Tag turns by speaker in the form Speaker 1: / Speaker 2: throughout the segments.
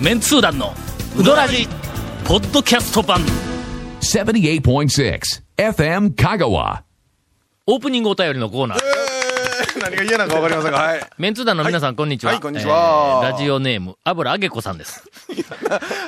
Speaker 1: メンツー団のウドラジポッドキャスト版
Speaker 2: 78.6 FM Kagawa.
Speaker 3: オープニングお便りのコーナー。
Speaker 4: 何が嫌なのか分かりませんが、はい。
Speaker 3: メンツー団の皆さん、こんにちは。
Speaker 4: はいこんにちは
Speaker 3: えーラジオネーム、油揚げ子さんです。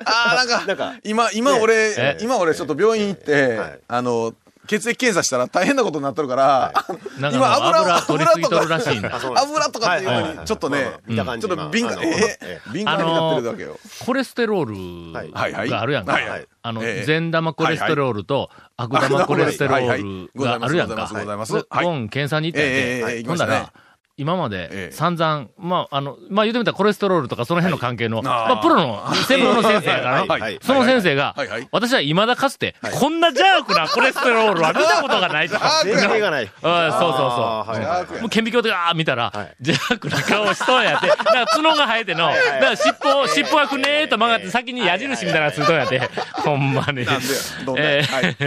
Speaker 4: ああ、なんか、今、今俺、今俺ちょっと病院行って、あの、血液検査したら大変なことになってるから、
Speaker 3: なんかもう
Speaker 4: 今油
Speaker 3: 油取りすぎとるら
Speaker 4: し
Speaker 3: しいんだ。
Speaker 5: そうなんです
Speaker 4: 油とかっていう
Speaker 5: はい
Speaker 4: の
Speaker 5: は
Speaker 4: に、
Speaker 5: い
Speaker 4: ちょっとね、
Speaker 5: 見た感
Speaker 4: ち
Speaker 5: じ
Speaker 4: ょっと敏感、
Speaker 5: 今あの
Speaker 4: え
Speaker 5: ええ
Speaker 4: 敏感になってるだけよ。
Speaker 3: コレステロー
Speaker 5: はい
Speaker 3: ル
Speaker 4: はいはい
Speaker 3: があるやんか。
Speaker 4: はいはい
Speaker 3: あの、
Speaker 4: ええ
Speaker 3: 善玉コレステロールと悪玉コレステロールがあるやんか。
Speaker 4: はいはいございます
Speaker 3: で
Speaker 4: ございますはい
Speaker 3: 今、検査に行ったん
Speaker 4: ええええええ
Speaker 3: で、
Speaker 4: 行き
Speaker 3: ほん
Speaker 4: まし
Speaker 3: だ
Speaker 4: たね
Speaker 3: ら、今まで
Speaker 4: ええ
Speaker 3: 散々、まあ、あの、まあ、言うてみたらコレステロールとかその辺の関係の、
Speaker 4: あー
Speaker 3: まあ、プロの、専門の先生やから
Speaker 4: はい
Speaker 3: な
Speaker 4: はい、
Speaker 3: その先生が
Speaker 4: はいはいはい、
Speaker 3: 私は未だかつて、こんな邪悪なコレステロールは見たことがないと。
Speaker 4: あ
Speaker 5: 全然がない。
Speaker 3: あーそうそうそう
Speaker 5: あーはいはい
Speaker 3: もう顕微鏡で、あー見たら、
Speaker 5: はい
Speaker 3: 邪悪な顔しそうやって、なんか角が生えての、
Speaker 5: い
Speaker 3: なんか尻尾、尻尾がくねーっと曲がっ
Speaker 5: え
Speaker 3: て、
Speaker 5: え
Speaker 3: 先に矢印みたいなのついとんやって、ほんまに。
Speaker 4: なんでよどんな
Speaker 3: えー
Speaker 4: はい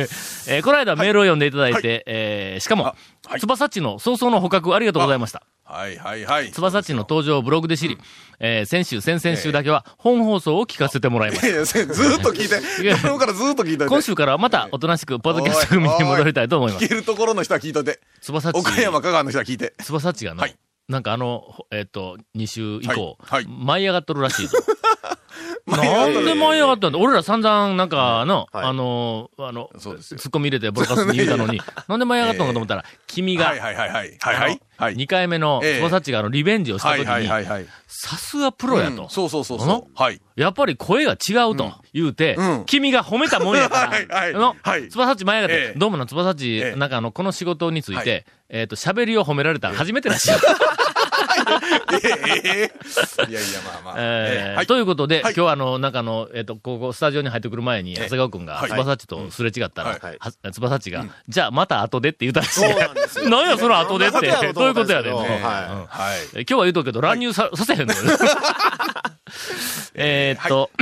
Speaker 3: えーこの間メールを読んでいただいて、えーしかも、
Speaker 4: はい
Speaker 3: 翼っちの早々の捕獲ありがとうございました。
Speaker 4: はいはいはい。
Speaker 3: 翼っちの登場をブログで知り、えー先週、先々週だけは本放送を聞かせてもらいました
Speaker 4: いやいやずーっと聞いて、昨日からずーっと聞いといて。
Speaker 3: 今週からはまたおとなしくポッドキャスト組に戻りたいと思いま
Speaker 4: 聞
Speaker 3: す。
Speaker 4: けるところの人は聞いといて。
Speaker 3: 翼っち。
Speaker 4: 岡山、香川の人は聞いて。
Speaker 3: 翼っちがの、
Speaker 4: はい
Speaker 3: なんかあの、ほえっ、と、2週以降、
Speaker 4: はいはい
Speaker 3: 舞い上がっとるらしい ぞ。なんで舞い上がったんだ俺ら散々、なんか、の、
Speaker 5: はい
Speaker 3: あの、あの、ツ
Speaker 4: そうですよ
Speaker 3: ッコミ入れてボロカスに言うたのに、なんで舞い上がったのかと思ったら、君が、
Speaker 4: はいはいはいはい。はいはい。
Speaker 3: あの
Speaker 4: はい。
Speaker 3: 2回目の
Speaker 4: ええ
Speaker 3: 翼っちがあの、リベンジをした
Speaker 4: は
Speaker 3: 時
Speaker 4: いはいはい
Speaker 3: に、
Speaker 4: はい。
Speaker 3: さすがプロや
Speaker 4: う
Speaker 3: と
Speaker 4: ん。そうそうそう
Speaker 3: あの
Speaker 4: そう。はい。
Speaker 3: やっぱり声が違うと言うて、
Speaker 4: うん
Speaker 3: 君が褒めたもんやから、
Speaker 4: はいはい
Speaker 3: あの、
Speaker 4: はい
Speaker 3: 翼っち前がって
Speaker 4: え、え
Speaker 3: どうもな翼っち、
Speaker 4: ええ
Speaker 3: なんかあの、この仕事につい
Speaker 4: は
Speaker 3: て
Speaker 4: い、
Speaker 3: えっ、と、喋りを褒められた初めてらしい。
Speaker 4: ええ いやいや、まあまあ。
Speaker 3: えー
Speaker 4: はい
Speaker 3: ということで、
Speaker 4: は
Speaker 3: 今
Speaker 4: い
Speaker 3: 日はあの、なんかあの、えっ、と、ここ、スタジオに入ってくる前に、長谷川くんが、
Speaker 4: はい
Speaker 3: 翼っちとすれ違ったら、
Speaker 4: はい
Speaker 3: は翼っちが、じゃあまた後でって言ったらしい。
Speaker 5: そうなんです よ
Speaker 3: 何やその後でっ
Speaker 5: 後
Speaker 3: て
Speaker 5: でやろ。うと
Speaker 3: どうい
Speaker 5: 思
Speaker 3: う
Speaker 5: っ
Speaker 3: こ
Speaker 5: たん
Speaker 3: と
Speaker 5: で
Speaker 3: や
Speaker 5: す
Speaker 3: で
Speaker 5: けど
Speaker 3: ん。
Speaker 5: はい
Speaker 3: うん
Speaker 4: はい。
Speaker 3: え今日は言うとくけど、乱入さ,、させへんのよえーっと、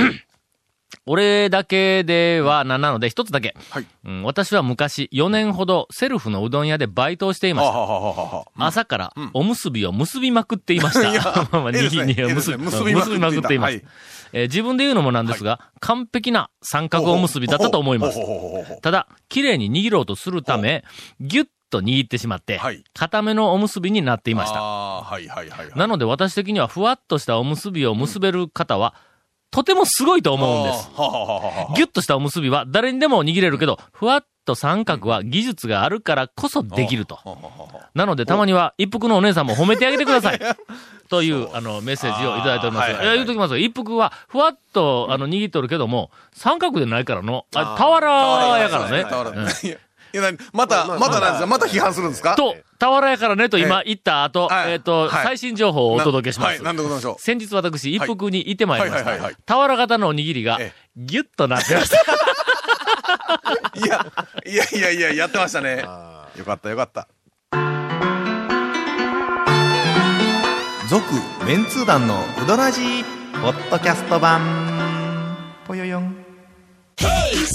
Speaker 3: 俺だけではななので、一つだけ、
Speaker 4: はい
Speaker 3: うん私は昔、4年ほど、セルフのうどん屋でバイトをしていま
Speaker 4: は
Speaker 3: し
Speaker 4: あ
Speaker 3: た。
Speaker 4: はあはあはあはあ。
Speaker 3: 朝から、おむすびを結びまくっていました。
Speaker 4: いや
Speaker 3: まあ
Speaker 4: ええですね
Speaker 3: にぎに
Speaker 4: ええで
Speaker 3: 結
Speaker 4: す
Speaker 3: び
Speaker 4: ね
Speaker 3: 結
Speaker 4: 結
Speaker 3: びま
Speaker 4: びま
Speaker 3: く
Speaker 4: く
Speaker 3: っ
Speaker 4: ってて
Speaker 3: い
Speaker 4: い
Speaker 3: ま
Speaker 4: た
Speaker 3: す。えー自分で言うのもなんですが、完璧な三角おむすびだったと思います
Speaker 4: ほう。ほうほうほうほうほ
Speaker 3: ただ、綺麗に握ろうとするため、ぎゅっと握ってしまって
Speaker 4: はい、
Speaker 3: 固めのおむすびになっていうました。
Speaker 4: あーはいはいはいはい。
Speaker 3: なので私的にはふわっとしたおむすびを結べる方は、とてもすごいと思うんです。
Speaker 4: あーはあはあはあはあ
Speaker 3: ギュッとしたおむすびは誰にでも握れるけど、ふわっと三角は技術があるからこそできると。なのでたまには一服のお姉さんも褒めてあげてくだ さい。という、あの、メッセージをいただいております。
Speaker 4: あーはいいはいは
Speaker 3: や、
Speaker 4: い
Speaker 3: 言うときますよ。一服は、ふわっと、あの、握っとるけども、三角でないからの、あ、
Speaker 5: あー
Speaker 3: 俵やからね。
Speaker 4: 俵
Speaker 3: うん
Speaker 4: いやいや、何また、
Speaker 5: まあ
Speaker 4: またなんですかまた批判するんです か
Speaker 3: と、俵やからねと今言った後、
Speaker 4: はい
Speaker 3: えっと、
Speaker 4: はい
Speaker 3: 最新情報をお届けしま
Speaker 4: は
Speaker 3: す
Speaker 4: い、。なんでございましょう。
Speaker 3: 先日私、一服にいてまいりまし
Speaker 4: はいはいはい
Speaker 3: た
Speaker 4: はい。
Speaker 3: 俵型のおにぎりが
Speaker 4: え、
Speaker 3: ギュッとなってました。
Speaker 4: いや、いやいやいや、やってましたね。よかったよかった。
Speaker 6: 続メンツー団のウドラジーポッドキャスト版ぽよよん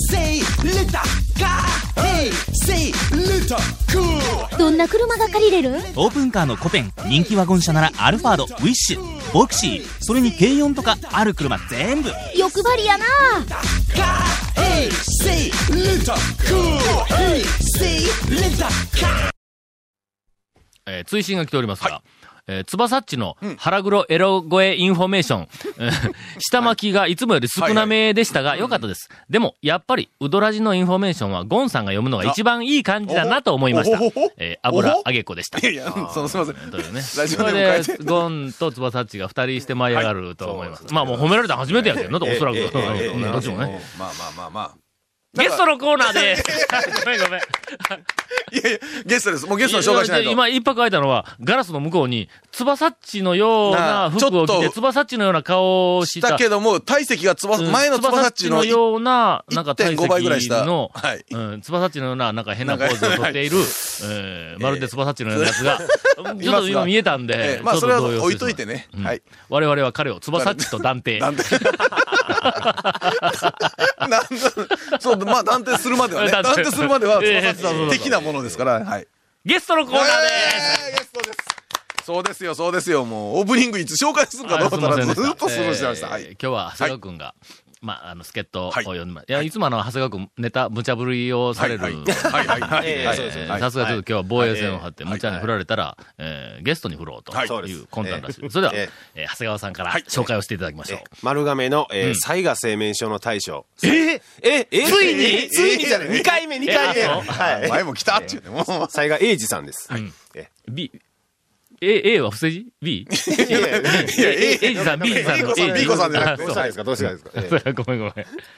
Speaker 7: Say little car. Hey, say little cool.
Speaker 8: どんな車が借りれる
Speaker 9: オープンカーのコペン人気ワゴン車ならアルファードウィッシュボクシーそれに軽4とかある車全部
Speaker 8: 欲張りやな
Speaker 7: Hey, say little cool. Hey, say little car.
Speaker 3: えー追伸が来ておりますが、えー、つばさっちの腹黒エロ声インフォメーション、 えー下巻きがいつもより少なめでしたが、良かったです。でも、やっぱり、ウドラジのインフォメーションは、ゴンさんが読むのが一番いい感じだなと思いました
Speaker 4: おほほほ。
Speaker 3: えー、油揚げ子でした。
Speaker 4: いやいや、そのすみません。
Speaker 3: というね。
Speaker 4: ラジオネーム変えて
Speaker 3: それで、ゴンとつばさっちが二人して舞い上がると思います。まあもう褒められたの初めてやけどな、おそらく。うん どっちもね。
Speaker 4: まあまあまあま
Speaker 3: ゲストのコーナー で、 ごめんごめん。
Speaker 4: あ。いやいや、ゲストです。もうゲストの紹介しないと。
Speaker 3: 今、一泊空いたのは、ガラスの向こうに、翼っちのような服を着
Speaker 4: なあちょ
Speaker 3: て、
Speaker 4: っと
Speaker 3: 翼っちのような顔をし
Speaker 4: だ
Speaker 3: た。
Speaker 4: けども、体積がつば、
Speaker 3: うん
Speaker 4: 前のつばさっち
Speaker 3: 翼っちの
Speaker 4: の
Speaker 3: ような、なんか体
Speaker 4: 1.5倍ぐらいし
Speaker 3: 積
Speaker 4: た
Speaker 3: の、
Speaker 4: はい
Speaker 3: うん、翼っちのような、なんか変なポーズをとっている、えーまるで翼っちのようなやつ が、ちょっと今見えたん
Speaker 4: え
Speaker 3: で
Speaker 4: え、まあ
Speaker 3: ちょ
Speaker 4: そ
Speaker 3: っ
Speaker 4: れ
Speaker 3: と
Speaker 4: は
Speaker 3: 動揺してしま
Speaker 4: 置いといてね。はい。
Speaker 3: 我々は彼を翼っちと断定。
Speaker 4: 断定。なん だそう、まあ断定するまではね。
Speaker 3: 断
Speaker 4: 断
Speaker 3: 定
Speaker 4: 定するまでは、
Speaker 3: ええ
Speaker 4: 翼さん的なものですから、はい。
Speaker 3: ゲストのコーナーで
Speaker 4: えーゲストです。そうですよ、そうですよ。もう、オープニングいつ紹介するかどうかと思ったらずーっとスルーしてました。
Speaker 3: えー
Speaker 4: はい。
Speaker 3: 今日は長谷川君が、まあ、あの、助っ人を
Speaker 4: はい
Speaker 3: 呼んでま、い、や、いつもあの、長谷川君、ネタ、無茶ぶりをされる。
Speaker 4: はいはいはいはい
Speaker 3: えー
Speaker 4: はいそうですよね
Speaker 3: さすがちょっと今日は防衛線を張って、
Speaker 4: はい
Speaker 3: 無茶に振られたら、えーゲストに振ろうと
Speaker 4: はい
Speaker 3: いう魂胆らしい。それでは、えー長谷川さんから
Speaker 4: はい
Speaker 3: 紹介をしていただきましょう。
Speaker 5: 丸亀の、えー、雑賀製麺所の大将。えええついについにじゃない !2 回目、2回目
Speaker 3: えあそう
Speaker 5: はい。
Speaker 4: 前も来たっていうね。もう、
Speaker 5: 雑賀英二さんです。
Speaker 3: い
Speaker 5: え
Speaker 3: B、A、A は不正字 ?B?
Speaker 5: いやいやいや
Speaker 3: いや、A、A さん、B さんの A
Speaker 4: ビーコさんじゃなく
Speaker 5: どうしたらいいですかどうしたらいいですかええ
Speaker 3: そう ごめんごめん。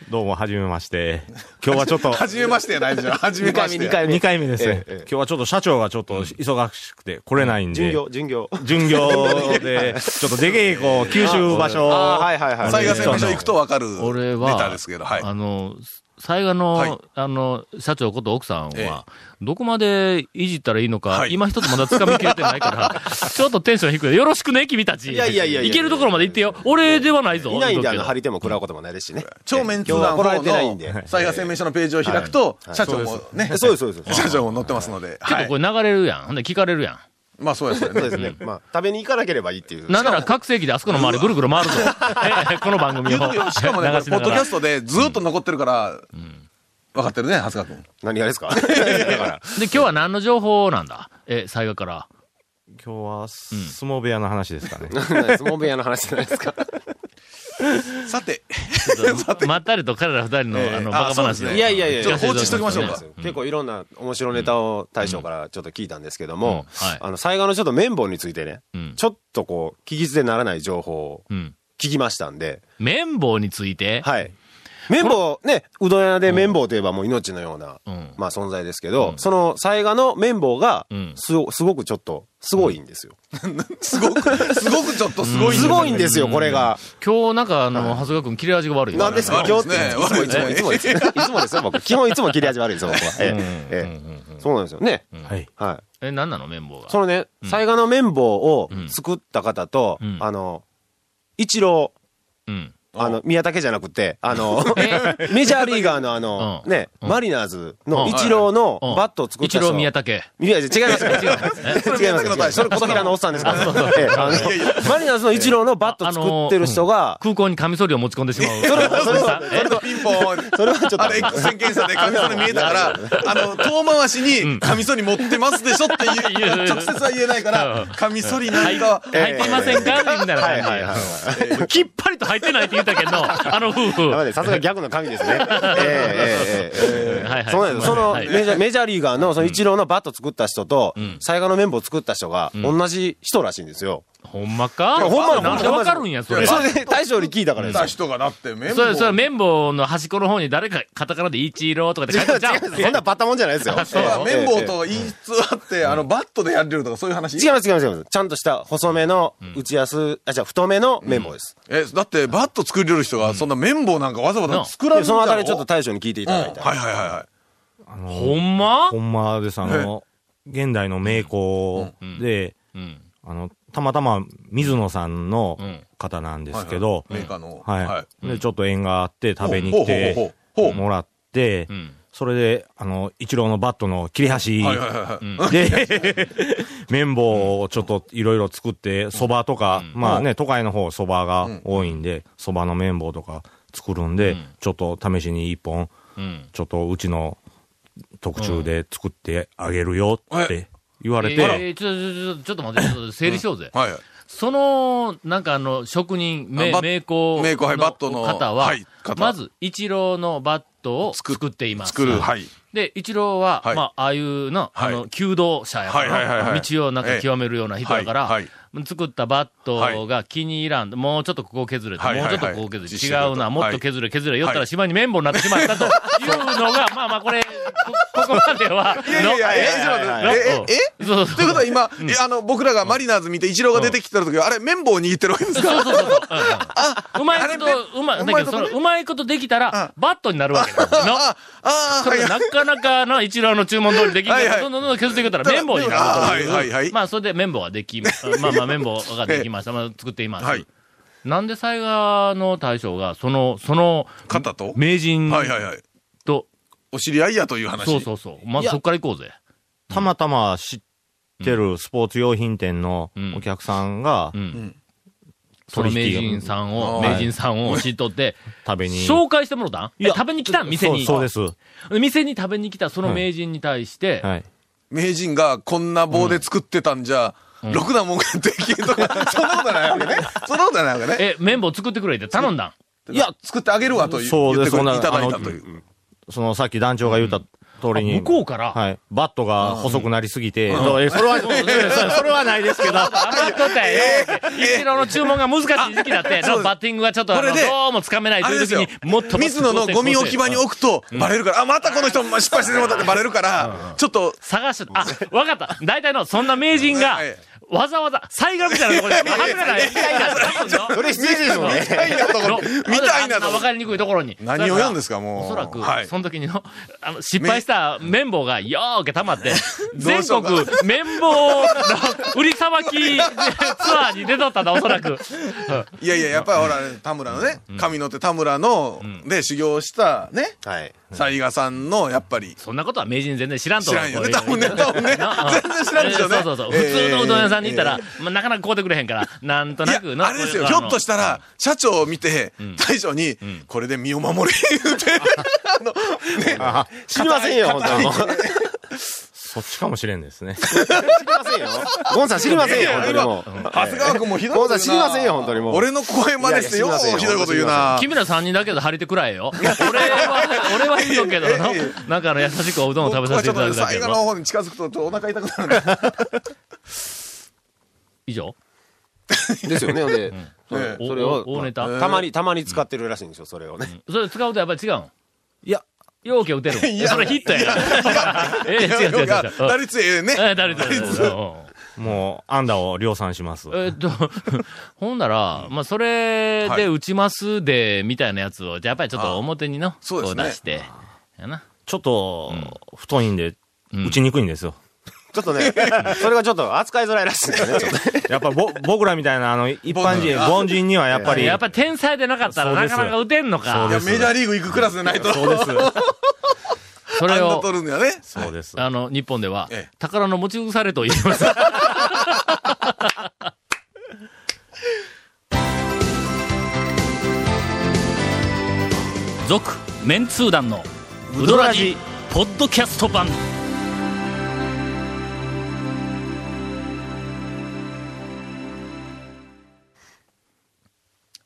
Speaker 10: どうも、はじめまして。今日は ちょっと、
Speaker 4: 初めましてやないじゃん。初め
Speaker 5: 二
Speaker 4: ま
Speaker 5: 回
Speaker 4: し
Speaker 5: 目、
Speaker 4: て。
Speaker 5: 2回目。
Speaker 10: 2回目です
Speaker 5: え
Speaker 10: ね。
Speaker 5: えええ
Speaker 10: 今日はちょっと社長がちょっと忙しくて来れないんで。
Speaker 5: 巡業、巡業。
Speaker 10: 巡業で、ちょっと出稽古、九州場所。
Speaker 5: あーはいはいはい。
Speaker 4: 災害
Speaker 10: 専
Speaker 4: 戦
Speaker 10: 門
Speaker 4: 務
Speaker 10: 所
Speaker 4: 所行くとわかる
Speaker 3: 俺
Speaker 4: ネ
Speaker 3: は、
Speaker 4: タですけど、はい。
Speaker 3: あの、災害の、
Speaker 4: はい
Speaker 3: あの、社長こと奥さんは、
Speaker 4: え
Speaker 3: どこまでいじったらいいのか、
Speaker 4: はい
Speaker 3: 今一つまだ掴みきれてないから、ちょっとテンション低い。よろしくね、君たち。
Speaker 5: いやいやいやいや
Speaker 3: けるところまで行ってよ。俺ではないぞ。
Speaker 5: いないんで、あ
Speaker 3: 言
Speaker 5: の、
Speaker 3: うと
Speaker 5: 張
Speaker 3: く
Speaker 5: り手も食らうこともないですしね。
Speaker 4: 超メンツ団
Speaker 5: 今日は来られてないんで
Speaker 4: の災害宣明書のページを開くと、社長もね、
Speaker 5: そうです、そうです。
Speaker 4: 社長も載ってますので、
Speaker 3: けど
Speaker 4: はい。
Speaker 3: これ流れるやん。ほんで聞かれるや。。
Speaker 4: まあそうですよ
Speaker 5: そ
Speaker 4: ね。
Speaker 5: うですね。まあ、食べに行かなければいいっていうん
Speaker 3: なんなら各世紀であそこの周りぐるぐる回るぞ。ええこの番組を。
Speaker 4: 言うとよしかもね、こ
Speaker 3: 流
Speaker 4: れ
Speaker 3: し
Speaker 4: ポ
Speaker 3: な
Speaker 4: ッ
Speaker 3: が
Speaker 4: ドキ
Speaker 3: ら
Speaker 4: ャストでずーっと残ってるから、分かってるね、長谷川君。
Speaker 5: 何がですか だから。
Speaker 3: で、今日は何の情報なんだえ、災害 から。
Speaker 10: 今日は、相撲部屋の話ですかね。
Speaker 5: 相撲部屋の話じゃないですか。
Speaker 4: さて、
Speaker 3: まったりと彼ら二人の、あの、バカ話を
Speaker 5: いやいやいや、
Speaker 4: ちょっと放置しときましょうか
Speaker 5: そうなんですよ結構いろんな面白ネタを大将からちょっと聞いたんですけども、
Speaker 3: うんはい
Speaker 5: あの、災害のちょっと綿棒についてね、
Speaker 3: うん
Speaker 5: ちょっとこう、聞き捨てならない情報を
Speaker 3: うん。
Speaker 5: 聞きましたんで、
Speaker 3: 綿棒について、
Speaker 5: はい。綿棒、ね、うどん屋で綿棒といえばもう命のような、
Speaker 3: うん
Speaker 5: まあ存在ですけど、その災害の綿棒が
Speaker 3: うん
Speaker 5: すご、すごくちょっと、すごいんですよ。
Speaker 4: すごく、すごくちょっとすごいんですよ
Speaker 5: ごいんですよ、これが。
Speaker 3: 今日なんか、あの、長谷川くん切れ味が悪いよ
Speaker 5: なんですか
Speaker 4: 悪い
Speaker 5: 今
Speaker 4: で
Speaker 5: 日
Speaker 4: す
Speaker 5: っ
Speaker 4: ね
Speaker 5: て。いつもいつもいつもいつも。いつもですよ、僕。基本いつも切れ味悪いですよ、僕は。ええええそうなんですよね。
Speaker 10: はい。
Speaker 5: はい。
Speaker 3: え、なんなの綿棒が。
Speaker 5: そのね、災害の綿棒を
Speaker 3: ん
Speaker 5: 作った方と、
Speaker 3: ん
Speaker 5: あの、一郎、
Speaker 3: うん。
Speaker 5: あの、宮武じゃなくて、あの、 メジャーリーガーのあの、
Speaker 3: うん
Speaker 5: ね、
Speaker 3: うん
Speaker 5: マリナーズ
Speaker 3: う
Speaker 5: の
Speaker 3: ん
Speaker 5: 一郎の
Speaker 3: うん
Speaker 5: バットを作った
Speaker 3: 一
Speaker 5: 人。
Speaker 3: 郎宮武。
Speaker 5: いやいや違い ますよ。 違います。違います。それ、小平のおっさんですから。ええあの マリナーズの一郎のバット作ってる人が、
Speaker 3: 空港にカミソリを持ち込んでしまう。そ
Speaker 5: れは それは
Speaker 4: それと ピンポン。
Speaker 5: それはちょっと
Speaker 4: あの、X 線検査でカミソリ見えたから、あの、遠回しにカミソリ持ってますでしょってい
Speaker 3: うん
Speaker 4: う、直接は言えないか
Speaker 3: う
Speaker 4: ら
Speaker 3: ん、
Speaker 4: カミソリなんかは、
Speaker 3: 入ってませんかみたいな
Speaker 5: はいはいは
Speaker 3: 感じで。きっぱりと入ってないって言ったけど、あの夫婦。
Speaker 5: やばい
Speaker 3: は
Speaker 5: ねさすがギャグの神ですね。ええええええ
Speaker 3: いはい。
Speaker 5: そうなんです。その
Speaker 3: は
Speaker 5: メ
Speaker 3: い
Speaker 5: ジャーメジャーリーガーのそのイチローのバット作った人と、災害の綿棒作った人が同じ人らしいんですよ。
Speaker 3: ほんまか
Speaker 5: いやほんまよ
Speaker 3: なんで
Speaker 5: ほんま
Speaker 3: わ
Speaker 5: よ
Speaker 3: かるんや、それ。
Speaker 5: そ
Speaker 3: そ
Speaker 5: れで大将に聞いたか
Speaker 4: 来
Speaker 5: らです
Speaker 4: た
Speaker 5: よ。
Speaker 4: 人がなって、メン
Speaker 3: れ、それ、綿棒の端っこの方に誰か、カタカナで一郎とかで書いてちゃう。
Speaker 5: そんなバタもんじゃないですよ。
Speaker 4: そうだ綿棒
Speaker 5: え
Speaker 4: と言いつあって、あの、バットでやってるとかそういう話
Speaker 5: え。違います違います違います。ちゃんとした細めの打ちやす、あ、じゃあ太めの綿棒です。
Speaker 4: え、だって、バット作れる人が、そんな綿棒なんかわざわざ作らん
Speaker 5: でそのあたり
Speaker 4: ん
Speaker 5: ち
Speaker 4: だ
Speaker 5: ょ
Speaker 4: ろ
Speaker 5: っと大将に聞いていただい
Speaker 4: うん
Speaker 5: た。
Speaker 4: はいはいはいはい。
Speaker 3: ほんま
Speaker 10: ほんまです、あの、現代の名工で、
Speaker 3: うん。
Speaker 10: あの、たまたま水野さんの
Speaker 3: うん
Speaker 10: 方なんですけど、
Speaker 4: メーカーの。
Speaker 10: はい。で、ちょっと縁があって食べに来
Speaker 4: ほう
Speaker 10: て
Speaker 4: ほうほうほうほう
Speaker 10: もらって
Speaker 3: う、ん。
Speaker 10: それで、あの、一郎のバットの切れ端
Speaker 4: はいはいはいはい。
Speaker 10: で、 綿棒をちょっといろいろ作って、蕎麦とか、まあね、都会の方蕎麦が多いんで、蕎麦の綿棒とか作るんで、ちょっと試しに一本、
Speaker 3: うん。
Speaker 10: ちょっとうちの特注で作ってあげるよって言わ
Speaker 3: え
Speaker 10: れて、
Speaker 3: ーちょ、ちょ、ちょちょっと待って、ちょっと整理しようぜ。
Speaker 4: はいはい。
Speaker 3: その、なんかあの、職人、め
Speaker 4: バッ
Speaker 3: 名工。
Speaker 4: 名工はいバットの
Speaker 3: 方は、
Speaker 4: はい方
Speaker 3: まず、一郎のバットを作っています。
Speaker 4: 作る。はい。
Speaker 3: で、一郎は、
Speaker 4: はい
Speaker 3: まあ、ああいうな、
Speaker 4: はい
Speaker 3: あの、弓道者やから、
Speaker 4: はいはいはいはい
Speaker 3: 道をなんか極めるような人だから、
Speaker 4: はいはい
Speaker 3: 作ったバットが気に入らん。もうちょっとここを削れて、
Speaker 4: はいはいはい
Speaker 3: もうちょっとここを削
Speaker 4: 実
Speaker 3: れて、
Speaker 4: 施
Speaker 3: 違う
Speaker 4: だ
Speaker 3: な、
Speaker 4: と
Speaker 3: もっと削れ、削れ、よった
Speaker 4: は
Speaker 3: ら
Speaker 4: い
Speaker 3: 島に綿棒になってしまったというのが、まあまあこれ、こここまでは、
Speaker 4: いやいやいや、え
Speaker 5: はいはいはい
Speaker 4: え、
Speaker 3: の
Speaker 4: え、え、え
Speaker 3: のそうそう
Speaker 4: ということは今、えあの、僕らがマリナーズ見て、イチローが出てきてる時は、あれ、綿棒を握ってるわけです
Speaker 3: そう
Speaker 4: か
Speaker 3: そうそうそう。うんうんうまいこ
Speaker 4: あれ
Speaker 3: と、うまい、だ
Speaker 4: う
Speaker 3: け
Speaker 4: まい
Speaker 3: ど、そ
Speaker 4: とこね
Speaker 3: の、うまいことできたら、バットになるわけだ。な、
Speaker 4: ああ、
Speaker 3: そ
Speaker 4: は
Speaker 3: れ
Speaker 4: い
Speaker 3: が
Speaker 4: はい。
Speaker 3: なかなかな、一郎の注文通りできんか
Speaker 4: はい
Speaker 3: ら、
Speaker 4: はい
Speaker 3: どんどんどんどん削っていくから、綿棒になるという。
Speaker 4: あはいはいはい
Speaker 3: まあ、それで綿棒ができ、まあまあ、綿棒ができました。まあ、作っています。
Speaker 4: はい
Speaker 3: なんで災害の大将が、その、その、
Speaker 4: 肩と
Speaker 3: 名人
Speaker 4: はいはいはい。
Speaker 3: と、
Speaker 4: お知り合いやという話。
Speaker 3: そうそうそう。まずそっから行こうぜ。
Speaker 10: たまたま知っってるスポーツ用品店のお客さんが、
Speaker 3: その名人さんを、
Speaker 10: はい
Speaker 3: 名人さんを知っとって、
Speaker 10: 食べに。
Speaker 3: 紹介してもろたん
Speaker 10: いや
Speaker 3: え食べに来たん店に。
Speaker 10: そうそうで
Speaker 3: 店に食べに来たその名人に対して、
Speaker 10: はい。
Speaker 4: 名人がこんな棒で作ってたんじゃ、ろくなもんができんとか、そんなことないわけね。そんなことないわけね。
Speaker 3: え、綿棒作ってくれって頼んだん。
Speaker 4: いや、作ってあげるわという
Speaker 10: そう
Speaker 4: 言って
Speaker 10: です、
Speaker 4: く
Speaker 10: そ
Speaker 4: れて
Speaker 10: んない
Speaker 4: ただいた
Speaker 10: あ
Speaker 4: と
Speaker 10: の
Speaker 4: いう。
Speaker 10: そのさっき団長が言った通りに。
Speaker 3: 向こうから、
Speaker 10: はい。バットが細くなりすぎて、どうえそれは、それそれはないですけど、
Speaker 3: あんまとったよ。一郎の注文が難しい時期だって、
Speaker 4: そうです
Speaker 3: バッティングがちょっとあの
Speaker 4: これで
Speaker 3: どうもつかめないと
Speaker 4: あれ
Speaker 3: いう
Speaker 4: です
Speaker 3: 時
Speaker 4: よ
Speaker 3: に、もっともっと
Speaker 4: 水野のゴミ置き場に置くと、バレるから、あ、またこの人失敗してしまったってバレるから、ちょっと、
Speaker 3: 探しと、あ、わかった。大体の、そんな名人が
Speaker 4: はい、
Speaker 3: わざわざ、災害みたいなところで、まあ外れない。みたいな
Speaker 5: それ失礼でしょうね。
Speaker 4: みたいなところ、みたいなと
Speaker 3: わ
Speaker 4: こ
Speaker 3: かりにくいところに。
Speaker 4: 何を読んですか、もう。
Speaker 3: おそらく、
Speaker 4: はい。
Speaker 3: その時にの、あの、失敗した綿棒がよーけ溜まって、
Speaker 4: どう
Speaker 3: 全
Speaker 4: しよう
Speaker 3: 国
Speaker 4: か
Speaker 3: 綿棒の売りさばきツアーに出とったんだ、おそらく。
Speaker 4: いやいや、やっぱりほら、田村のね、神の手田村の、で修行したね、
Speaker 5: はい。
Speaker 4: 雑賀さんの、やっぱり、
Speaker 3: そんなことは名人全然知らんと
Speaker 4: 知
Speaker 3: 思
Speaker 4: ら
Speaker 3: う。
Speaker 4: んよ
Speaker 3: こ
Speaker 4: ね、
Speaker 3: れ
Speaker 4: 多分ね、多分ね、 全然知らんでしょうね。
Speaker 3: えーそうそうそう。普通のうどん屋さんに行った
Speaker 4: え
Speaker 3: ら、まあ、なかなか買うてくれへんから、なんと
Speaker 4: ー
Speaker 3: なく
Speaker 4: い
Speaker 3: の
Speaker 4: や、あれですよ、
Speaker 3: こ
Speaker 4: ひ
Speaker 3: ういう
Speaker 4: ょっとしたら、社長を見て、大将に、これで身を守れ、言うて、あの、
Speaker 5: 知りませんよ、本当に。知
Speaker 10: そっちかもしれんですね。
Speaker 5: りませんよ。ゴンさん知りませんよ、本当にもう。
Speaker 4: 長谷川君もひどいこ
Speaker 5: ゴンさ
Speaker 4: と
Speaker 5: ん知
Speaker 4: 言
Speaker 5: り
Speaker 4: うな
Speaker 5: ませんよ、本当にもう。
Speaker 4: 俺の声真似してよ
Speaker 5: いやいや知りませんよ
Speaker 4: ひどいこと言うな。
Speaker 3: 君ら3人だけど張りてくらえよ。俺は、俺はひどいけどな、なんかあの優しくおうどんを食べさせていただくだけ
Speaker 4: 僕はちょっとね最後の
Speaker 3: ど。
Speaker 4: 方に近づくと、ちょっとお腹痛くなるんで。
Speaker 3: 以上
Speaker 5: ですよね、ほんで。それ
Speaker 4: え
Speaker 5: それを
Speaker 3: おお大ネタ
Speaker 5: まあたまに、たまに使ってるらしいんですよ、それをね。
Speaker 3: それ使うとやっぱり違うん
Speaker 5: いや、
Speaker 3: ようけ打てるもん。
Speaker 4: いや
Speaker 3: それヒットやから。 ええ、違う違う違う違う。
Speaker 4: 打率ええね。
Speaker 3: ええ、誰だよ。
Speaker 10: もう、アンダーを量産し ます。
Speaker 3: えっと、 ほんなら、まあ、それで打ちますで、みたいなやつを、じゃあやっぱりちょっと表にの、
Speaker 4: そうで
Speaker 3: こ
Speaker 4: す
Speaker 3: う
Speaker 4: ね
Speaker 3: 出して。やな。
Speaker 10: ちょっと、太いんで、
Speaker 3: ん
Speaker 10: 打ちにくいん ですよ。
Speaker 5: ちょっとね、それがちょっと扱いづらいらしいんですよね、ちょっとね。
Speaker 10: やっぱぼ、僕らみたいな、あの、一般人、凡人にはやっぱり、
Speaker 3: やっぱり天才でなかったら
Speaker 10: そう
Speaker 3: な
Speaker 10: です
Speaker 3: かなか打てんの
Speaker 10: そ
Speaker 4: い
Speaker 10: う
Speaker 3: か。
Speaker 4: や、メジャーリーグ行くクラスでないと、
Speaker 10: そうです。
Speaker 3: そ
Speaker 4: あん
Speaker 3: れ
Speaker 4: な
Speaker 3: を、
Speaker 4: 取るんだよね。
Speaker 10: そうです。
Speaker 3: あの、日本では
Speaker 4: ええ、
Speaker 3: 宝の持ち腐れと言い ます。
Speaker 9: 続メンツー団のウドラジポッドキャスト版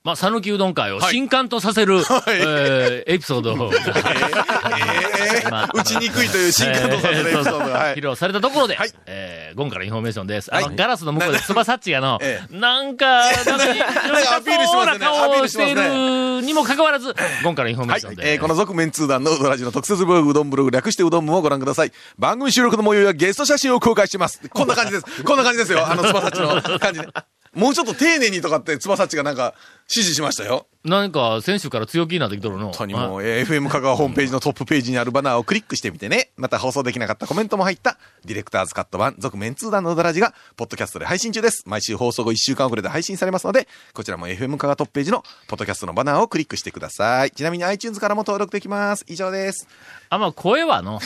Speaker 3: まあ、讃岐うどん会を
Speaker 4: はい
Speaker 3: 新刊とさせる、えーエピソー ドが、
Speaker 4: え
Speaker 3: まあ
Speaker 4: え打ちにくいという新感動され るエピソードが。はい
Speaker 3: 披露されたところで、
Speaker 4: はい
Speaker 3: えーゴンからインフォメーションです。あの、
Speaker 4: はい
Speaker 3: ガラスの向こうで、つばさっちがの、
Speaker 4: え
Speaker 3: なんか、なんか、なん
Speaker 4: アピールしますね
Speaker 3: な顔をしてい
Speaker 4: アピール
Speaker 3: るにもかかわらず、ゴンからインフォメーションで。
Speaker 4: えーこの続面通談のうどらじの特設ブログ、うどんブログ、略してうどん部もご覧ください。番組収録の模様やゲスト写真を公開してます。こんな感じ です。こんな感じですよ。あの、つばさっちの感じね。もうちょっと丁寧にとかって、つばさっちがなんか、指示しましたよ。
Speaker 3: なんか、選手から強気になってきとるの。
Speaker 4: 本当に
Speaker 3: あ
Speaker 4: もう、えー FM 香川ホームページのトップページにあるバナーをクリックしてみてね。また放送できなかったコメントも入った、ディレクターズカット版、続メンツー団のうだらじが、ポッドキャストで配信中です。毎週放送後1週間遅れで配信されますので、こちらも FM 香川トップページの、ポッドキャストのバナーをクリックしてください。ちなみに iTunes からも登録できます。以上です。
Speaker 3: あ、まあ、声はの、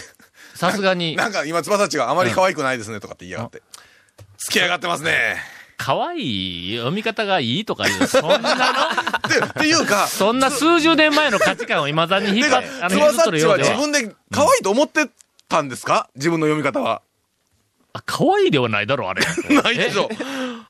Speaker 3: さすがに、
Speaker 4: なんか今、つばさちがあまり可愛くないですねとかって言いやがって。つき上がってま すね。
Speaker 3: 可愛い読み方がいいとかいう、そんなの、
Speaker 4: って、っていうか、
Speaker 3: そんな数十年前の価値観を今だに引
Speaker 4: て
Speaker 3: っ張
Speaker 4: か
Speaker 3: っ、あ、
Speaker 4: つ
Speaker 3: の、
Speaker 4: ば
Speaker 3: 引っ
Speaker 4: さ
Speaker 3: 張る
Speaker 4: ち
Speaker 3: よ
Speaker 4: は
Speaker 3: うで
Speaker 4: 自
Speaker 3: は。
Speaker 4: 分で可愛いと思ってたんですか自分の読み方は。
Speaker 3: あ可愛いではないだろ、あれ。
Speaker 4: ないでしょ。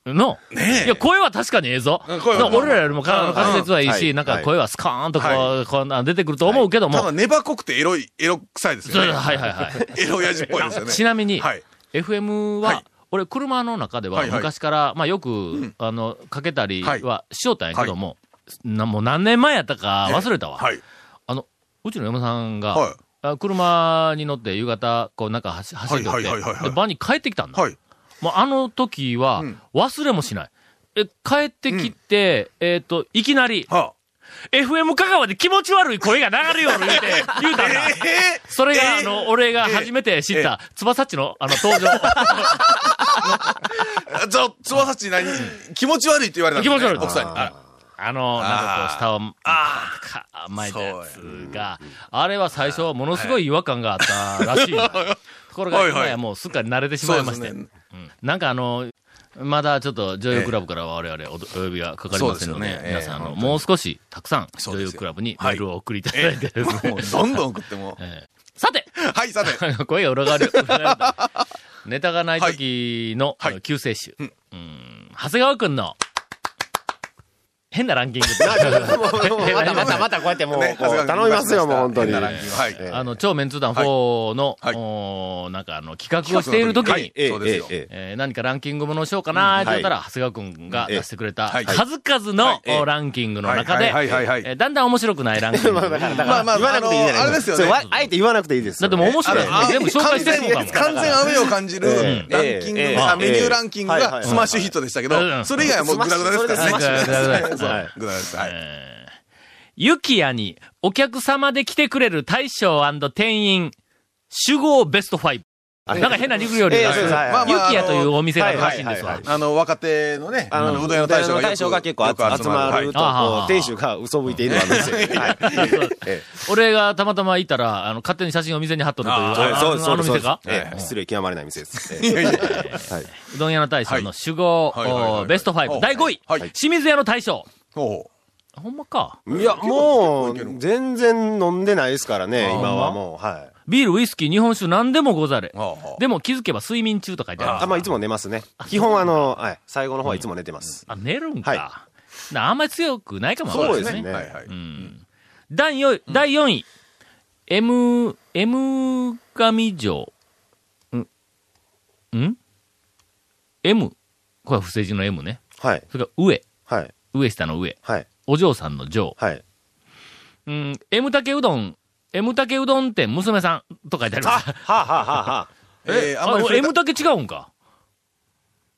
Speaker 3: の、いや、声は確かにええぞ。
Speaker 4: うん声は
Speaker 3: の俺らよりも体の滑舌はいい
Speaker 5: うんは
Speaker 3: し、
Speaker 5: い
Speaker 3: なんか
Speaker 5: はい
Speaker 3: 声はスカーンとこう、
Speaker 4: は
Speaker 3: こうな出てくると思うけども。
Speaker 4: ただ、粘っこくてエロい、エロ臭いです
Speaker 3: そう
Speaker 4: よね。
Speaker 3: はいはいはい。
Speaker 4: エロ親父っぽいですよね。
Speaker 3: ちなみに、
Speaker 4: はい。
Speaker 3: FM は、
Speaker 4: はい
Speaker 3: 俺、車の中では
Speaker 4: はいはい
Speaker 3: 昔から、まあよく、あの、かけたり
Speaker 4: はい
Speaker 3: はしよったんやけども、なもう何年前やったか忘れたわ。
Speaker 4: はい。
Speaker 3: あの、うちの嫁さんが、
Speaker 4: はい
Speaker 3: あ車に乗って夕方、こうなんか走走りとって、
Speaker 4: はいはいはいはいはい
Speaker 3: で場に帰ってきたんだ。
Speaker 4: はい。
Speaker 3: もうあの時は
Speaker 4: うん、
Speaker 3: 忘れもしない。え、帰ってきて、えっ、と、いきなり、
Speaker 4: は
Speaker 3: FM 香川で気持ち悪い声が流れよる言う て、言うたんだ。
Speaker 4: あ。え
Speaker 3: それが、
Speaker 4: え
Speaker 3: あの、俺が初めて知った、つばさっちの、あの、登 場。
Speaker 4: ー、じゃあ、つばさち何気持ち悪いって言われたんですね
Speaker 3: 気持ち悪い
Speaker 4: 奥さんに。
Speaker 5: あ
Speaker 4: あ
Speaker 3: あの、なんかこう、下を、か、巻いたやつが、あれは最初はものすごい違和感があったらしい。ところが、今やもうすっかり慣れてしまいまして。うんなんかあの、まだちょっと女優クラブからは我々おどお呼びがかかりませんので、
Speaker 4: そうですよねええ
Speaker 3: 皆さん、あの、
Speaker 4: 本当に
Speaker 3: もう少したくさん
Speaker 4: そう
Speaker 3: 女
Speaker 4: ですよ
Speaker 3: 優クラブにメールを送りいただいてですね。
Speaker 4: もうどんどん送っても。
Speaker 3: ええさて
Speaker 4: はい、さて。
Speaker 3: 声が裏側で。ネタがない時の、
Speaker 4: はいはい
Speaker 3: 救世主、うん長谷川くんの、変なランキング。
Speaker 5: またまたまたこうやってもう、
Speaker 4: ね
Speaker 5: こう頼みますよ、もう本当に。
Speaker 4: 変なランキングはい。
Speaker 3: あの、超メンツ団4の、
Speaker 4: はい
Speaker 3: おーなんかあの、企画をしている時に、
Speaker 4: はいそうですよ。
Speaker 5: ええ
Speaker 3: えー何かランキングものしようかなーって言ったら、長谷川くんが出してくれた、
Speaker 4: はい
Speaker 3: 数々の、
Speaker 4: はい
Speaker 3: おランキングの中
Speaker 4: は
Speaker 3: で、
Speaker 4: いはいはいはい
Speaker 3: えーだんだん面白くないランキ ング。だって
Speaker 5: まあまあ、
Speaker 4: 言
Speaker 5: 言わ
Speaker 4: わ
Speaker 5: な
Speaker 4: な
Speaker 5: く
Speaker 4: く
Speaker 5: て
Speaker 4: て
Speaker 5: い
Speaker 4: い
Speaker 5: い
Speaker 4: い
Speaker 5: ん
Speaker 4: ん
Speaker 5: じ
Speaker 4: じゃないいですすかそれ
Speaker 5: ゃなでか。あえて言わなくていいですよね。
Speaker 3: もう面白いの
Speaker 4: あの
Speaker 3: 全部紹介してるもんかも。
Speaker 4: 完全雨を感じる
Speaker 5: ええ
Speaker 4: ランキング
Speaker 5: ええ
Speaker 4: あメニュ
Speaker 5: ええ
Speaker 4: ーランキング
Speaker 5: はいは
Speaker 4: が
Speaker 5: い
Speaker 4: スマッシュヒットでしたけど
Speaker 3: う、ん
Speaker 4: それ以外はもうグダグダですからね。
Speaker 5: スマッシュ
Speaker 4: そう
Speaker 5: スマッシュ
Speaker 4: グダグ
Speaker 3: はい
Speaker 4: ダです。はい。
Speaker 3: ゆきやにお客様で来てくれる大将店員、集合ベスト5。なんか変な陸料理
Speaker 5: ええ
Speaker 3: があ
Speaker 5: そう
Speaker 3: る
Speaker 5: ですはい
Speaker 4: まあ
Speaker 3: ゆきやというお店があ
Speaker 5: はい
Speaker 3: るらしいんです
Speaker 5: は
Speaker 3: わ
Speaker 5: い。
Speaker 4: あの、若手のね、あの、うどん屋の大将がよく。
Speaker 5: 大将が結構
Speaker 4: よく
Speaker 5: 集まると、
Speaker 3: はいあ
Speaker 5: こ
Speaker 3: あ
Speaker 5: う、店主が嘘吹いているわけですよ。はい
Speaker 3: 俺がたまたまいたら、あの、勝手に写真を店に貼っとるという、
Speaker 5: そう
Speaker 3: あ
Speaker 5: そ
Speaker 3: あ
Speaker 5: う
Speaker 3: の
Speaker 5: そ
Speaker 3: あ
Speaker 5: う
Speaker 3: の
Speaker 5: です
Speaker 3: 店
Speaker 5: そうです
Speaker 3: か
Speaker 5: ええ失礼極まれない店です。え
Speaker 4: い
Speaker 5: え
Speaker 4: やいや
Speaker 3: うどん屋の大将の主語、
Speaker 4: はいはいはいはい
Speaker 3: ベスト
Speaker 4: お
Speaker 3: 5、第5位、
Speaker 4: はい
Speaker 3: 清水屋の大将。
Speaker 4: おう
Speaker 3: ほんまか。
Speaker 5: いや、
Speaker 4: 結
Speaker 5: も
Speaker 4: 構いける
Speaker 5: う、全然飲んでないですからね、今はもう、はい。
Speaker 3: ビール、ウイスキー、日本酒、何でもござれ。
Speaker 4: ああ
Speaker 3: でも気づけば睡眠中と書いてある。
Speaker 5: あ、まあ、いつも寝ますね。基本、あの、はい、最後の方はいつも寝てます。
Speaker 3: あ、寝るんか。
Speaker 5: はい
Speaker 3: なあんまり強くないかも
Speaker 5: そうです
Speaker 3: わかんない
Speaker 5: ね。
Speaker 4: はいはい。
Speaker 3: うん第4位、第4位、M、M 上城。んん ?M。これは不正字の M ね。
Speaker 5: はい、
Speaker 3: それから上。
Speaker 5: はい、
Speaker 3: 上下の上。
Speaker 5: はい、
Speaker 3: お嬢さんの上。
Speaker 5: はい。
Speaker 3: うん、M 竹うどん、M 竹うどん店、娘さんと書いてあります。
Speaker 5: はあ、はあはあ は
Speaker 4: えー、あん
Speaker 3: あ
Speaker 4: まり
Speaker 3: の
Speaker 4: 触れた
Speaker 3: M 竹違うんか。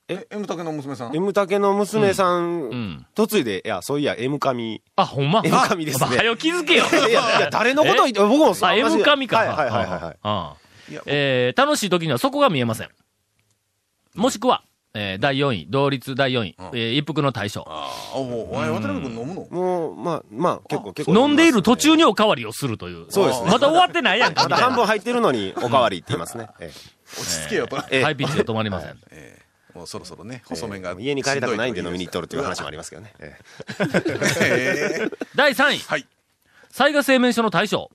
Speaker 4: え、M 竹の娘さん
Speaker 5: あ、M 竹の娘さ
Speaker 3: うんん、
Speaker 5: 嫁いで、いや、そういや、M 神。
Speaker 3: あ、ほんま。
Speaker 5: M 神ですね
Speaker 3: あ、はよ気づけよ。
Speaker 5: いや、いや、誰のこと言って、僕も
Speaker 3: あ、M 神か。
Speaker 5: はい、はい、はい、はい。
Speaker 3: あ
Speaker 4: いや
Speaker 3: えー楽しい時にはそこが見えません。もしくは、えー第4位、同率第4位、えー一服の大将。
Speaker 4: あおうおい、渡辺君飲むの
Speaker 5: もう、まあ、まあ、結構、結構ますね。
Speaker 3: 飲んでいる途中におかわりをするという。
Speaker 5: そうですね
Speaker 3: また終わってないやんか、
Speaker 5: ま
Speaker 3: み
Speaker 5: だ
Speaker 3: たい
Speaker 5: 半
Speaker 3: な。
Speaker 5: 分入ってる のに、おかわりって言いますね。え
Speaker 4: 落ち着けよと。
Speaker 5: え
Speaker 3: ハイピッチで止まりません。
Speaker 4: もうそろそろね、
Speaker 5: え
Speaker 4: 細麺が。
Speaker 5: 家に帰りたくないんで飲みに行っとるっていう話もありますけどね。ええ
Speaker 4: えー
Speaker 3: 第3位。
Speaker 4: はい。
Speaker 3: 災害製麺所の大将。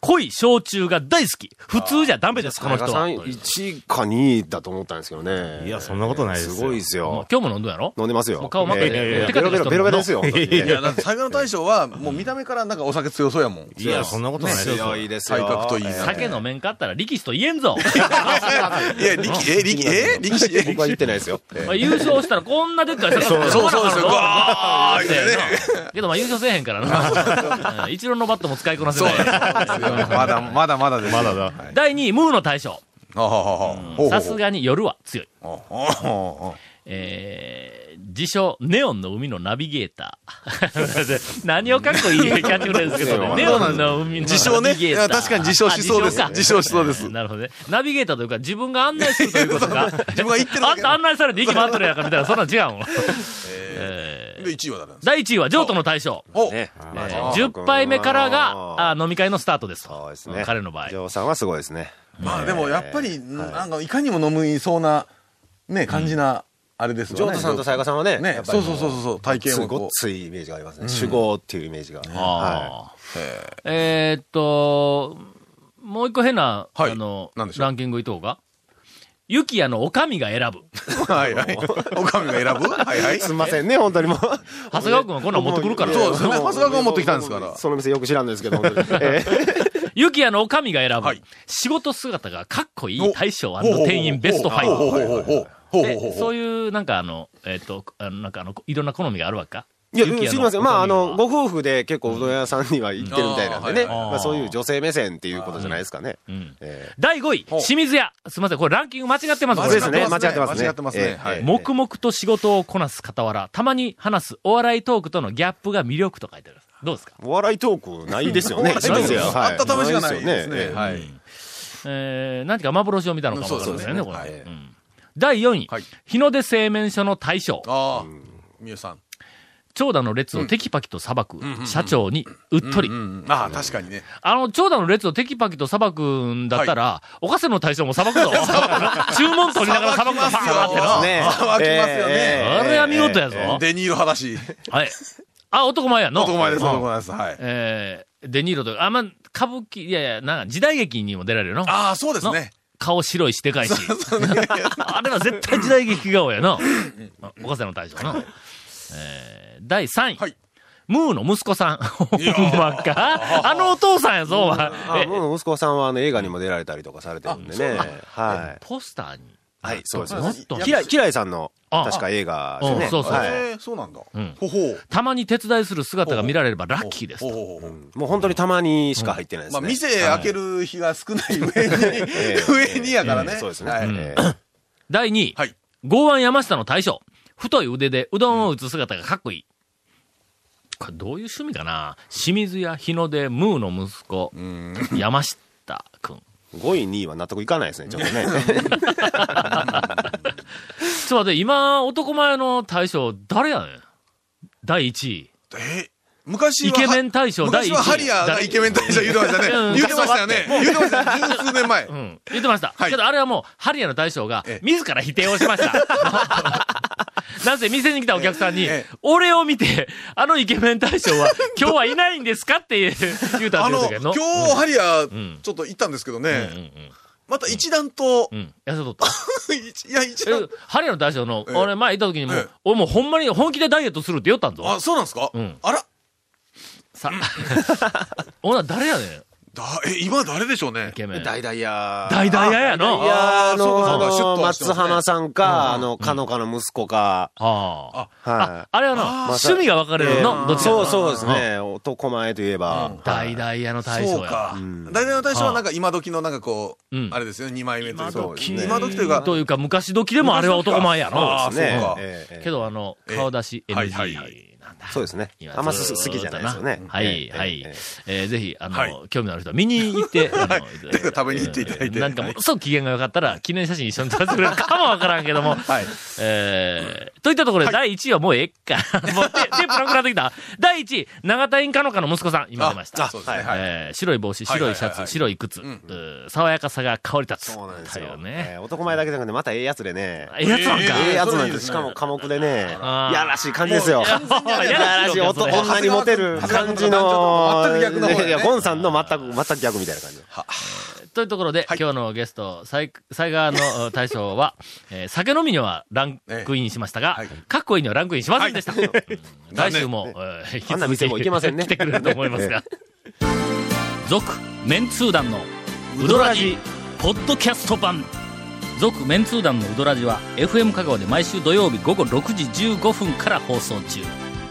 Speaker 3: 濃い焼酎が大好き。普通じゃダメです、この人は。という
Speaker 5: 1か2だと思ったんですけどね。
Speaker 10: いやそんなことないですよ
Speaker 5: すごいです
Speaker 3: もう
Speaker 5: よ。
Speaker 3: 今日も飲んどんやろ
Speaker 5: 飲んでますよ。
Speaker 3: もう顔真っ赤で
Speaker 5: え
Speaker 3: え
Speaker 5: え
Speaker 3: え
Speaker 5: ベロベロ、ベロベロですよ。本当にね
Speaker 4: いや、だって最後の大将は、もう見た目からなんかお酒強そうやもん。
Speaker 10: いや、そんなことないですよ。
Speaker 5: 強いですよ。
Speaker 4: 体格といいな。
Speaker 3: 酒飲めんかったら力士と言えんぞ。
Speaker 4: いや、力士、え、力士、え力士、え
Speaker 5: 僕は言ってないですよ。
Speaker 3: まあ優勝したらこんなでっかい魚が
Speaker 4: そうそうですよ。
Speaker 3: わらわら
Speaker 4: わーっ
Speaker 3: ってて
Speaker 4: ね。
Speaker 3: なけどまあ優勝せえへんから な。うん一郎のバットも使いこなせない。
Speaker 4: まだ、まだまだです。まだだ。
Speaker 3: 第2位、ムーの大将。
Speaker 4: あははは。
Speaker 3: さすがに夜は強い。
Speaker 4: ほうほうほ
Speaker 3: えー、自称、ネオンの海のナビゲーター。 何をかっこいいキャッチフレーズですけどね、ネオンの海のナビゲーター。
Speaker 4: 自称ねいや確かに自称しそうです
Speaker 3: あ
Speaker 4: 自称しそうです
Speaker 3: んなるほどね。ナビゲーターというか、自分が案内するということか。
Speaker 4: 自分が言ってるだ
Speaker 3: あん
Speaker 4: け
Speaker 3: た案内されて息回ってるやんかみたいな、そんなん違うもん。
Speaker 4: う。で、1位は誰なんです
Speaker 3: 第1位は、譲渡の大将。
Speaker 4: かお
Speaker 5: ね。
Speaker 3: えー10杯目からが、あ飲み会のスタートですと。
Speaker 5: そうですね。
Speaker 3: 彼の場合
Speaker 5: ジ。ョーさんはすごいですね。
Speaker 4: まあでもやっぱり、なんかいかにも飲むそうな、ね、感じな、あれです
Speaker 5: ジ
Speaker 4: よ
Speaker 5: ョ
Speaker 4: ね。
Speaker 5: ーさんとさやかさんはね、
Speaker 4: ね
Speaker 5: や、っ
Speaker 4: そ
Speaker 5: ぱり
Speaker 4: うそうそうそう、体型
Speaker 5: す
Speaker 4: も
Speaker 5: ごっ
Speaker 4: こ
Speaker 5: ついイメージがありますね。主語っていうイメージが。は
Speaker 3: あーえーっと、もう一個変な、
Speaker 4: はい
Speaker 3: あの
Speaker 4: 何で、しょう
Speaker 3: ランキングいとうか。ゆきやのおかみが選ぶ。
Speaker 4: う。はいはい。おかみが選ぶはいはい。
Speaker 5: い。す
Speaker 4: そ
Speaker 5: みませんね、本当にもう。
Speaker 3: 長谷川君はこんなん持ってくるから。
Speaker 4: うですね。長谷川君が持ってきたんですから。
Speaker 5: その店よく知らんですけど、本当に。ええ
Speaker 3: ゆきやのおかみが選ぶ。
Speaker 4: はい
Speaker 3: 仕事姿がかっこいい大将店員ベスト
Speaker 4: ほうほう
Speaker 3: 5。
Speaker 4: ほうほうほうほうほ
Speaker 3: で
Speaker 4: う
Speaker 3: そういう、なんかあの、えーっと、あのなんかあの、いろんな好みがあるわけか。
Speaker 5: いや、
Speaker 3: ゆきや
Speaker 5: す
Speaker 3: の
Speaker 5: みません。まあ、あ
Speaker 3: お
Speaker 5: の、
Speaker 3: か
Speaker 5: ご夫婦で結構うどん屋さんには行ってるみたいなんでね。
Speaker 4: うんあー
Speaker 3: はいはい
Speaker 5: まあ、そういう女性目線っていうことじゃないですかね。
Speaker 3: みがうん
Speaker 5: え
Speaker 3: 第5位、清水屋。すみません、これランキング間違ってます、これ
Speaker 5: ーそうですね。間違ってますね。
Speaker 4: 間違ってますね
Speaker 5: ええ
Speaker 4: はい
Speaker 5: ええ
Speaker 3: 黙々と仕事をこなす傍ら、たまに話すお笑いトークとのギャップが魅力と書いてある。どうですか
Speaker 5: お笑いトークないですよね。
Speaker 4: ないですよ
Speaker 5: はい
Speaker 4: あった試しがないですね。
Speaker 5: ええ
Speaker 4: はい。
Speaker 3: えー、何か幻を見たのかもわかりませんね、
Speaker 4: うん
Speaker 3: こ
Speaker 4: そう
Speaker 3: れ、
Speaker 4: で
Speaker 3: ね
Speaker 4: すね
Speaker 3: うん第4位、
Speaker 4: はい
Speaker 3: 日の出製麺所の大将。
Speaker 4: ああ、みゆさん。
Speaker 3: 長蛇の列をテキパキと裁く、社長にうっとり。
Speaker 4: ああ、確かにね。
Speaker 3: あの、長蛇の列をテキパキと裁くんだったら、おかせの対象も 裁くぞ。注文取りながら裁くの、パーってな。
Speaker 4: ね。騒きますよね。
Speaker 3: あれは見事やぞ。
Speaker 4: デニール派だし。
Speaker 3: はい。あ、男前やの。
Speaker 4: 男前です、男前です。はい。
Speaker 3: えー、デニーロと、あんま、歌舞伎、いやいや、なんか時代劇にも出られるの。
Speaker 4: ああ、そうですね。
Speaker 3: 顔白いしでかいし。 あれは絶対時代劇顔やな。おかせの大将の。えー、第3位。はい、ムーの息子さん。ほんまかあのお父さんやぞ、。
Speaker 5: えムーの息子さんはあの映画にも出られたりとかされてるんでね。はい
Speaker 3: ポスターに。
Speaker 5: はい、そうですね。キラキライさんの、確か映画ですね。
Speaker 3: そうそう。
Speaker 4: そうなんだ。ほほ
Speaker 3: たまに手伝いする姿が見られればラッキーです。
Speaker 5: もう本当にたまにしか入ってないですね。
Speaker 4: まあ、店開ける日が少ない上に、上にやからね。
Speaker 5: そうですね。
Speaker 3: 第2位。剛腕山下の大将。太い腕でうどんを打つ姿がかっこいい。これどういう趣味かな清水屋日の出ムーの息子、山下くん。
Speaker 5: 5位、2位は納得いかないですね、ちょっと ね。
Speaker 3: ちょっと待って、今、男前の大賞、誰やねん第1位。
Speaker 4: え昔
Speaker 3: イケメン大賞第1位。。
Speaker 4: 昔はハリアーがイケメン大賞言うてましたね。言うてましたよね。言うてました。十数年前。うん
Speaker 3: 言うてました。けどあれはもう、ハリアーの大将が、自ら否定をしました。 なぜ店に来たお客さんに、俺を見て、あのイケメン大将は、今日はいないんですかって言うたんですけど。
Speaker 4: 今日、ハリアー、ちょっと行ったんですけどね。また一段と。
Speaker 3: うん。痩せとった。
Speaker 4: いや、一段。
Speaker 3: ハリアーの大将の、俺前行った時にも、俺もうほんまに本気でダイエットするって言ったんぞ。
Speaker 4: あ、そうなんですかうん。あら
Speaker 3: さ、 ほな、誰やねん。
Speaker 4: だ、え、今誰でしょうね。
Speaker 3: イケメン。
Speaker 5: 大々屋。
Speaker 3: 大々屋や な。
Speaker 5: いや、あの、あの、松浜さんか、あの、かのかの息子か。
Speaker 3: ああ。はい。あれはな、趣味が分かれるの、どっちか。
Speaker 5: そうそうですね。男前といえば。
Speaker 3: 大々屋の大将や。
Speaker 4: 大々屋の大将はなんか今時のなんかこう、あれですよ、二枚目というか。今時というか。
Speaker 3: というか、昔時でもあれは男前や
Speaker 4: な。そう
Speaker 3: ですね。けど、あの、顔出し NG。
Speaker 5: そうですね。あんま好きじゃないですよね。
Speaker 3: はい、はい。えー、ぜひ、あの、興味のある人は見に行って、あの、
Speaker 4: 食べに行っていただいて。
Speaker 3: なんかものすごく機嫌が良かったら、記念写真一緒に撮らせるかもわからんけども。はい。えー、といったところで、第1位はもうええか。 もう、テープなくなってきた。第1位、永田院かのかの息子さん、今出ました。そうですね。えー、白い帽子、白いシャツ、白い靴。爽やかさが香り立つ。
Speaker 5: そうなんですよ。ね。男前だけじゃなくて、またええやつでね。
Speaker 3: ええやつなんか。
Speaker 5: ええやつなんです。しかも寡黙でね、やらしい感じですよ。い やらしい女にモテる感じの。
Speaker 4: 全く逆の。
Speaker 5: いや、ゴンさんの全く、全く逆みたいな感じ。
Speaker 3: というところで、今日のゲスト、災川の大将は、 え酒飲みにはランクインしましたが、かっこいいにはランクインしませんでした。来週も、
Speaker 5: 引き続き、行けません ね。
Speaker 3: 来てくれると思いますが。続、メンツー団の、ウドラジ、ポッドキャスト版。続メンツー団のウドラジは FM 香川で毎週土曜日午後6時15分から放送中